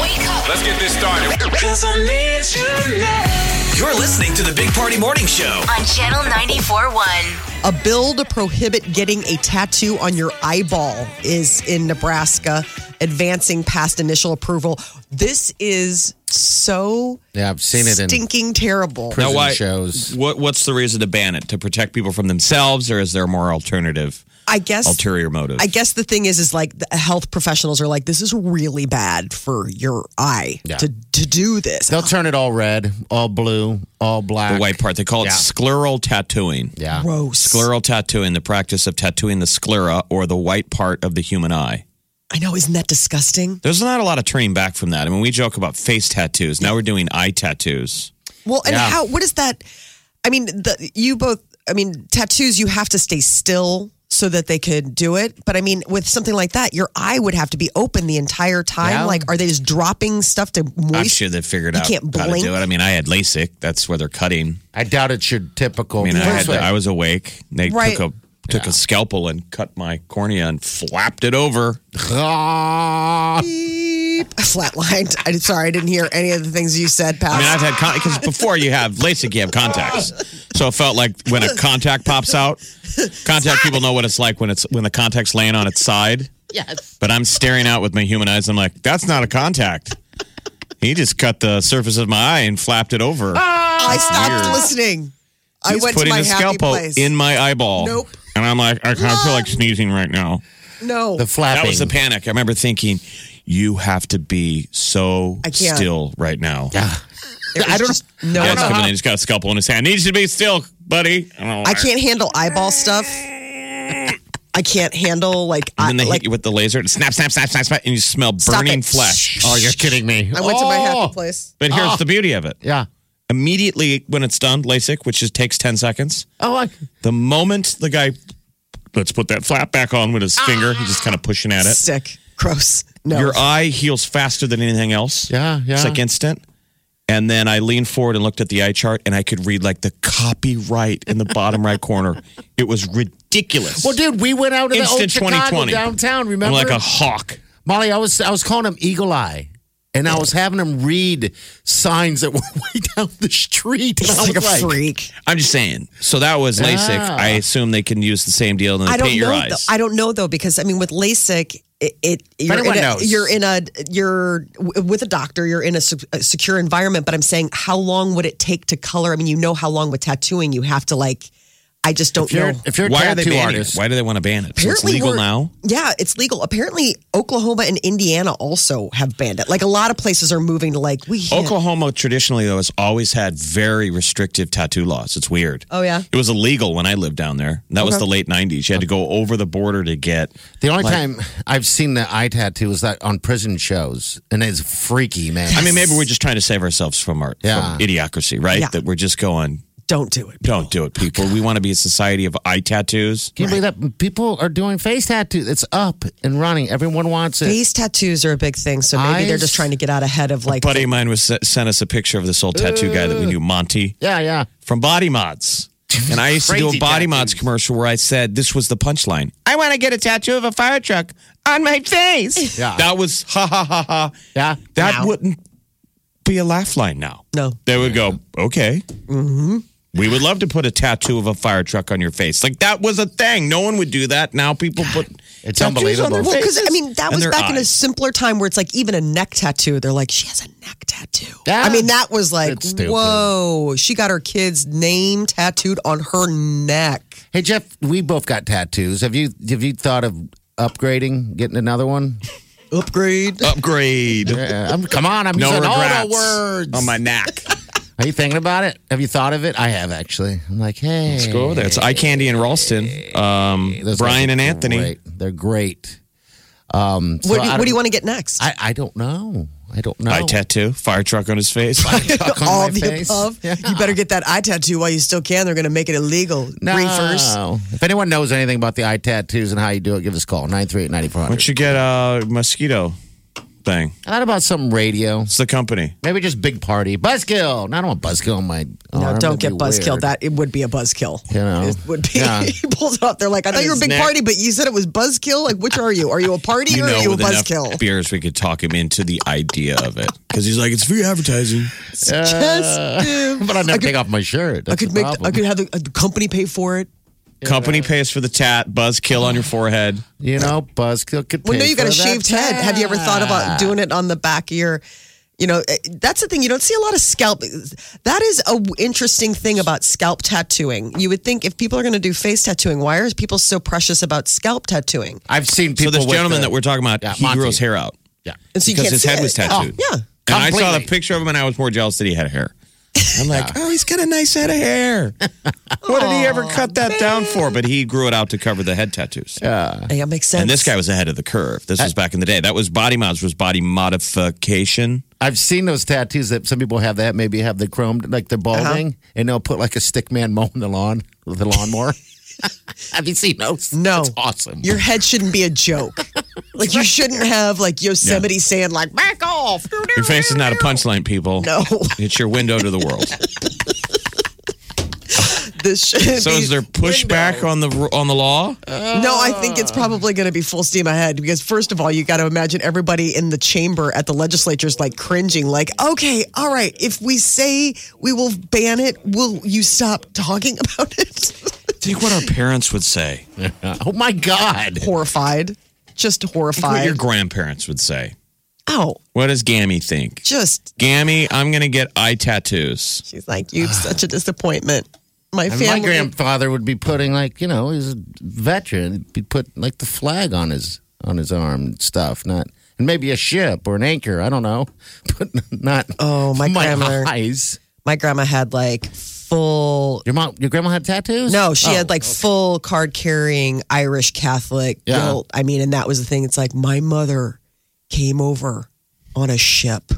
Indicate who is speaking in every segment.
Speaker 1: Wake up.
Speaker 2: Let's get this started.
Speaker 3: You're listening to the Big Party Morning Show.
Speaker 1: On Channel 94.1.
Speaker 4: A bill to prohibit getting a tattoo on your eyeball is in Nebraska, advancing past initial approval. This is so
Speaker 5: Yeah, I've seen it in
Speaker 4: stinking terrible.
Speaker 5: prison
Speaker 2: Now, why-
Speaker 5: shows.
Speaker 2: What What's the reason to ban it? To protect people from themselves, or is there a more alternative,
Speaker 4: I guess
Speaker 2: ulterior motive?
Speaker 4: I guess the thing is, is like the health professionals are like, this is really bad for your eye
Speaker 5: Yeah.
Speaker 4: to to do this.
Speaker 5: They'll turn it all red, all blue, all black.
Speaker 2: the white part. They call it
Speaker 5: Yeah.
Speaker 2: scleral tattooing.
Speaker 5: Yeah.
Speaker 4: Gross.
Speaker 2: Scleral tattooing, the practice of tattooing the sclera or the white part of the human eye.
Speaker 4: I know, isn't that disgusting?
Speaker 2: There's not a lot of turning back from that. I mean, we joke about face tattoos. Now we're doing eye tattoos.
Speaker 4: Well, and
Speaker 5: Yeah.
Speaker 4: how? What is that? I mean, the, you both. I mean, tattoos. You have to stay still so that they could do it. But I mean, with something like that, your eye would have to be open the entire time.
Speaker 5: Yeah.
Speaker 4: Like, are they just dropping stuff to moist?
Speaker 2: I'm sure they figured
Speaker 4: You
Speaker 2: out
Speaker 4: can't
Speaker 2: how to
Speaker 4: blink.
Speaker 2: do it. I mean, I had LASIK. That's where they're cutting.
Speaker 5: I doubt it's your typical.
Speaker 2: I mean, uh, I, had
Speaker 5: First
Speaker 2: the,
Speaker 5: way,
Speaker 2: I was awake. They
Speaker 4: Right.
Speaker 2: took a took a scalpel and cut my cornea and flapped it over.
Speaker 5: Ah.
Speaker 4: Beep. Flatlined. I'm sorry, I didn't hear any of the things you said, Pat.
Speaker 2: I mean, I've had because before you have LASIK, you have contacts. So it felt like when a contact pops out, contact people know what it's like when it's when the contact's laying on its side.
Speaker 5: yes.
Speaker 2: But I'm staring out with my human eyes. I'm like, that's not a contact. He just cut the surface of my eye and flapped it over.
Speaker 4: I stopped
Speaker 2: weird.
Speaker 4: listening. Ah, I
Speaker 2: He's
Speaker 4: went to
Speaker 2: putting
Speaker 4: my
Speaker 2: a
Speaker 4: happy
Speaker 2: scalpel
Speaker 4: place.
Speaker 2: in my eyeball.
Speaker 4: Nope.
Speaker 2: And I'm like, I, I feel like sneezing right now.
Speaker 4: no,
Speaker 5: The flapping.
Speaker 2: That was the panic. I remember thinking, you have to be so
Speaker 4: I can't.
Speaker 2: still right now.
Speaker 5: Yeah.
Speaker 4: There was
Speaker 5: I don't-
Speaker 4: just no.
Speaker 2: Dad's coming in. He's got a scalpel in his hand. Needs to be still, buddy. I, don't know
Speaker 4: I
Speaker 2: why.
Speaker 4: can't handle eyeball stuff. I can't handle like
Speaker 2: And then
Speaker 4: I,
Speaker 2: they
Speaker 4: like
Speaker 2: hit you with the laser. and Snap, snap, snap, snap, snap, and you smell
Speaker 4: Stop
Speaker 2: burning
Speaker 4: it.
Speaker 2: flesh.
Speaker 5: Oh, you're kidding me.
Speaker 4: I went to my
Speaker 5: Oh.
Speaker 4: happy place.
Speaker 2: But here's the beauty of it.
Speaker 5: Yeah.
Speaker 2: Immediately when it's done, LASIK, which is takes ten seconds.
Speaker 5: Oh, I,
Speaker 2: The moment the guy, let's put that flap back on with his finger. He's just kind of pushing at it.
Speaker 4: Sick. Gross. Ah. No.
Speaker 2: Your eye heals faster than anything else.
Speaker 5: Yeah, yeah.
Speaker 2: It's like instant. And then I leaned forward and looked at the eye chart, and I could read like the copyright in the bottom right corner. It was ridiculous.
Speaker 5: well, dude, we went out to the old
Speaker 2: Instant
Speaker 5: Chicago
Speaker 2: 2020
Speaker 5: downtown.
Speaker 2: I'm
Speaker 5: Remember?
Speaker 2: like a hawk.
Speaker 5: Molly, I was I was calling him Eagle Eye, and I was having him read signs that were way down the street. And
Speaker 4: He's
Speaker 5: I
Speaker 4: like a
Speaker 5: was like,
Speaker 4: freak.
Speaker 2: I'm just saying. So that was LASIK.
Speaker 5: Ah.
Speaker 2: I assume they can use the same deal and they
Speaker 4: I don't
Speaker 2: paint your
Speaker 4: know.
Speaker 2: eyes.
Speaker 4: Though. I don't know though because I mean with LASIK, it, it you're,
Speaker 5: anyone
Speaker 4: in a,
Speaker 5: knows.
Speaker 4: you're in a you're w- with a doctor. You're in a, se- a secure environment. But I'm saying, how long would it take to color? I mean, you know how long with tattooing you have to like. I just don't
Speaker 5: If you're,
Speaker 4: know.
Speaker 5: if you're a
Speaker 2: Why are they
Speaker 5: tattoo
Speaker 2: banning
Speaker 5: artist,
Speaker 2: it? Why do they want to ban it? So it's legal
Speaker 4: we're-
Speaker 2: now.
Speaker 4: Yeah, it's legal. Apparently, Oklahoma and Indiana also have banned it. Like a lot of places are moving to like we. can't-
Speaker 2: Oklahoma traditionally though has always had very restrictive tattoo laws. It's weird.
Speaker 4: Oh, yeah?
Speaker 2: it was illegal when I lived down there. That was the late '90s. You had to go over the border to get.
Speaker 5: the only time I've seen the eye tattoo is that on prison shows, and it's freaky, man.
Speaker 2: I mean, maybe we're just trying to save ourselves from our
Speaker 5: Yeah.
Speaker 2: from idiocracy, right?
Speaker 4: Yeah.
Speaker 2: That we're just going,
Speaker 4: Don't do it.
Speaker 2: don't do it, people. We want to be a society of eye tattoos.
Speaker 5: Can you believe that people are doing face tattoos? It's up and running. Everyone wants it.
Speaker 4: Face tattoos are a big thing, so maybe they're
Speaker 5: Eyes?
Speaker 4: just trying to get out ahead of like.
Speaker 2: buddy of mine was sent us a picture of this old tattoo guy that we knew, Monty.
Speaker 5: Yeah, yeah.
Speaker 2: from Body Mods. And I used to do a
Speaker 5: Crazy
Speaker 2: Body
Speaker 5: tattoos.
Speaker 2: Mods commercial where I said this was the punchline. I want to get a tattoo of a fire truck on my face.
Speaker 5: Yeah.
Speaker 2: That was ha ha ha ha.
Speaker 5: Yeah.
Speaker 2: That wouldn't be a laugh line now.
Speaker 4: No.
Speaker 2: They would go, okay. Mm-hmm. We would love to put a tattoo of a fire truck on your face. Like that was a thing. No one would do that. Now people put
Speaker 5: It's
Speaker 2: tattoos on their
Speaker 5: unbelievable.
Speaker 4: Well, because I
Speaker 2: faces
Speaker 4: mean that
Speaker 2: and
Speaker 4: was
Speaker 2: their
Speaker 4: back in a
Speaker 2: eyes.
Speaker 4: simpler time where it's like even a neck tattoo. They're like, she has a neck tattoo.
Speaker 5: Yeah.
Speaker 4: I mean, that was like,
Speaker 5: That's stupid.
Speaker 4: whoa, she got her kid's name tattooed on her neck.
Speaker 5: Hey Jeff, we both got tattoos. Have you have you thought of upgrading, getting another one?
Speaker 4: Upgrade.
Speaker 2: upgrade.
Speaker 5: Yeah, I'm, come on, I'm
Speaker 2: No
Speaker 5: using all
Speaker 2: regrets
Speaker 5: the words.
Speaker 2: on my neck.
Speaker 5: Are you thinking about it? Have you thought of it? I have actually. I'm like, hey,
Speaker 2: Let's go over there. It's Eye Candy and Ralston, um,
Speaker 5: those
Speaker 2: Brian
Speaker 5: guys
Speaker 2: and
Speaker 5: are
Speaker 2: Anthony.
Speaker 5: great. They're great. Um, so
Speaker 4: what, do you,
Speaker 5: I
Speaker 4: what do you
Speaker 5: don't-
Speaker 4: want to get next?
Speaker 5: I, I don't know. I don't know.
Speaker 2: Eye tattoo, fire truck on his face.
Speaker 5: Tuck on
Speaker 4: All
Speaker 5: my
Speaker 4: of the
Speaker 5: face.
Speaker 4: above. You better get that eye tattoo while you still can. They're going to make it illegal.
Speaker 5: No.
Speaker 4: Reefers.
Speaker 5: If anyone knows anything about the eye tattoos and how you do it, give us a call. 938-9400.
Speaker 2: Once you get a mosquito thing,
Speaker 5: Not about some radio.
Speaker 2: it's the company.
Speaker 5: Maybe just big party. Buzzkill. No, I don't want buzzkill on my
Speaker 4: No,
Speaker 5: arm.
Speaker 4: don't get
Speaker 5: That'd be
Speaker 4: buzzkilled.
Speaker 5: weird.
Speaker 4: That it would be a buzzkill.
Speaker 5: You know.
Speaker 4: it would be.
Speaker 5: Yeah.
Speaker 4: he pulls it off. They're like, I thought you were a big
Speaker 2: His neck.
Speaker 4: party, but you said it was buzzkill. Like, which are you? Are you a party or are you a
Speaker 2: with enough
Speaker 4: buzzkill?
Speaker 2: beers, we could talk him into the idea of it because he's like, it's free advertising.
Speaker 4: Suggestive.
Speaker 5: But I'd never take off my shirt.
Speaker 4: I
Speaker 5: That's
Speaker 4: could
Speaker 5: the
Speaker 4: make. I
Speaker 5: problem.
Speaker 4: could have the, uh, the company pay for it.
Speaker 2: Company pays for the tat, buzzkill on your forehead.
Speaker 5: you know, buzzkill could
Speaker 4: Well, no,
Speaker 5: pay
Speaker 4: you got a
Speaker 5: for that
Speaker 4: shaved head. Have you ever thought about doing it on the back of your? You know, eh, that's the thing. You don't see a lot of scalp. That is a w- interesting thing about scalp tattooing. You would think if people are going to do face tattooing, why are people so precious about scalp tattooing?
Speaker 5: I've seen
Speaker 2: So
Speaker 5: people
Speaker 2: this
Speaker 5: with
Speaker 2: gentleman
Speaker 5: the-
Speaker 2: that we're talking about,
Speaker 5: Yeah,
Speaker 2: he
Speaker 5: Monty.
Speaker 2: grew his hair out
Speaker 5: Yeah.
Speaker 4: And so you
Speaker 2: because
Speaker 4: can't
Speaker 2: his
Speaker 4: see
Speaker 2: head
Speaker 4: it.
Speaker 2: was tattooed.
Speaker 4: Oh, yeah.
Speaker 2: And I saw the
Speaker 5: Completely.
Speaker 2: picture of him, and I was more jealous that he had hair. I'm like, oh, he's got a nice head of hair. what did he ever cut that down for? But he grew it out to cover the head tattoos.
Speaker 4: Hey, that makes sense.
Speaker 2: And this guy was ahead of the curve. This was back in the day. That was body mods was body modification.
Speaker 5: I've seen those tattoos that some people have that maybe have the chrome like the
Speaker 4: Uh-huh.
Speaker 5: balding and they'll put like a stick man mowing the lawn with the lawnmower. have you seen those?
Speaker 4: No.
Speaker 5: That's awesome.
Speaker 4: Your head shouldn't be a joke. like you shouldn't have like Yosemite saying like back off.
Speaker 2: Your face is not a punchline, people.
Speaker 4: No,
Speaker 2: It's your window to the world.
Speaker 4: this should
Speaker 2: So is there pushback on the on the law?
Speaker 4: No, I think it's probably going to be full steam ahead because, first of all, you got to imagine everybody in the chamber at the legislature is like cringing, like, okay, all right, if we say we will ban it, will you stop talking about it?
Speaker 2: Think what our parents would say.
Speaker 5: oh my god.
Speaker 4: horrified. Just
Speaker 2: What
Speaker 4: horrified.
Speaker 2: your grandparents would say.
Speaker 4: oh,
Speaker 2: What does Gammy think?
Speaker 4: just,
Speaker 2: Gammy, I'm gonna get eye tattoos.
Speaker 4: she's like, you're such a disappointment. My
Speaker 5: And
Speaker 4: family.
Speaker 5: my grandfather would be putting like you know he's a veteran. He'd be put like the flag on his on his arm and stuff, not and maybe a ship or an anchor. I don't know, but not.
Speaker 4: Oh, my grandmother.
Speaker 5: eyes.
Speaker 4: my grandma had like full.
Speaker 5: Your mom, your grandma had tattoos.
Speaker 4: No, she
Speaker 5: Oh.
Speaker 4: had like full card carrying Irish Catholic
Speaker 5: Yeah.
Speaker 4: guilt. I mean, and that was the thing. It's like my mother came over on a ship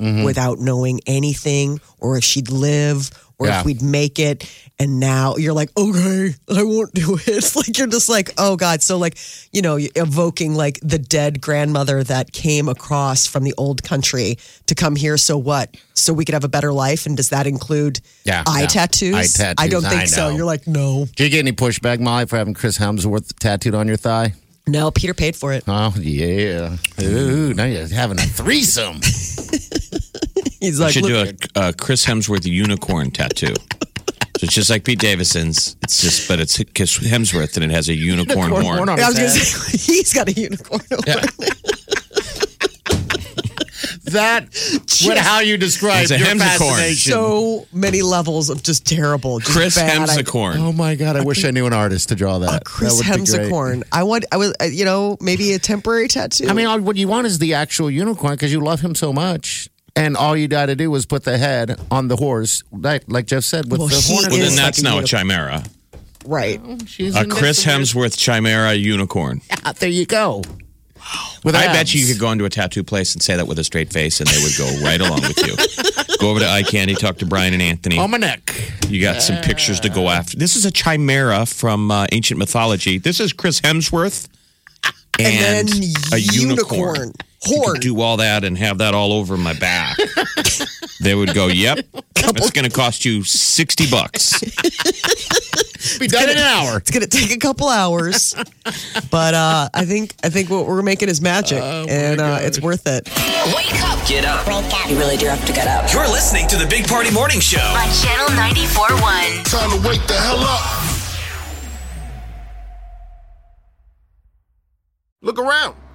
Speaker 5: Mm-hmm.
Speaker 4: without knowing anything or if she'd live or
Speaker 5: Yeah.
Speaker 4: if we'd make it. And now you're like, okay, I won't do it. It's like you're just like, oh God. So, like, you know, evoking like the dead grandmother that came across from the old country to come here. So what? So we could have a better life. And does that include
Speaker 5: Yeah,
Speaker 4: eye
Speaker 5: yeah.
Speaker 4: tattoos?
Speaker 5: Eye tattoos,
Speaker 4: I don't think
Speaker 5: I
Speaker 4: so.
Speaker 5: know.
Speaker 4: You're like, no.
Speaker 5: Did you get any pushback, Molly, for having Chris Hemsworth tattooed on your thigh?
Speaker 4: No, Peter paid for it.
Speaker 5: Oh yeah. Ooh, now you're having a threesome.
Speaker 4: He's
Speaker 2: I
Speaker 4: like,
Speaker 2: should
Speaker 4: look,
Speaker 2: do a, a Chris Hemsworth unicorn tattoo. So it's just like Pete Davidson's. It's just, but it's Chris Hemsworth and it has a unicorn,
Speaker 5: Corn
Speaker 2: horn.
Speaker 5: horn on
Speaker 4: I was going
Speaker 5: his
Speaker 4: to
Speaker 5: head.
Speaker 4: say, he's got a unicorn.
Speaker 5: that. What? How you describe
Speaker 2: It's a
Speaker 5: your
Speaker 2: hemsicorn.
Speaker 5: fascination?
Speaker 4: So many levels of just terrible. Just
Speaker 2: Chris
Speaker 4: bad ideas.
Speaker 2: Hemsicorn.
Speaker 5: Oh my god! I wish I knew an artist to draw that.
Speaker 4: Chris
Speaker 5: That would be great.
Speaker 4: Hemsicorn. I want, I was, uh, you know, maybe a temporary tattoo.
Speaker 5: I mean, all, what you want is the actual unicorn because you love him so much. And all you got to do is put the head on the horse, like, like Jeff said, with
Speaker 4: Well,
Speaker 5: the
Speaker 4: he
Speaker 5: horn.
Speaker 2: Well,
Speaker 4: is
Speaker 2: then
Speaker 4: like
Speaker 2: that's
Speaker 4: a
Speaker 2: now a
Speaker 4: unicorn.
Speaker 2: chimera.
Speaker 4: right.
Speaker 5: She's
Speaker 2: A
Speaker 5: in
Speaker 2: Chris
Speaker 5: this-
Speaker 2: Hemsworth chimera unicorn.
Speaker 5: Yeah, uh, there you go. With
Speaker 2: I
Speaker 5: abs.
Speaker 2: bet you you could go into a tattoo place and say that with a straight face, and they would go right along with you. Go over to Eye Candy, talk to Brian and Anthony.
Speaker 5: on my neck.
Speaker 2: You got some pictures to go after. This is a chimera from uh, ancient mythology. This is Chris Hemsworth and,
Speaker 4: then
Speaker 2: a unicorn.
Speaker 4: unicorn.
Speaker 2: You could
Speaker 4: Horn.
Speaker 2: do all that and have that all over my back. they would go, "Yep, it's going to cost you sixty bucks."
Speaker 5: Be done in an hour.
Speaker 4: It's going to take a couple hours, but uh, I think, I think what we're making is magic
Speaker 5: Oh
Speaker 4: and uh, it's worth it.
Speaker 1: Wake up
Speaker 3: Get up.
Speaker 6: You really do have to get up.
Speaker 3: You're listening to the Big Party Morning Show.
Speaker 1: on Channel 94.1.
Speaker 7: Time to wake the hell up. Look around.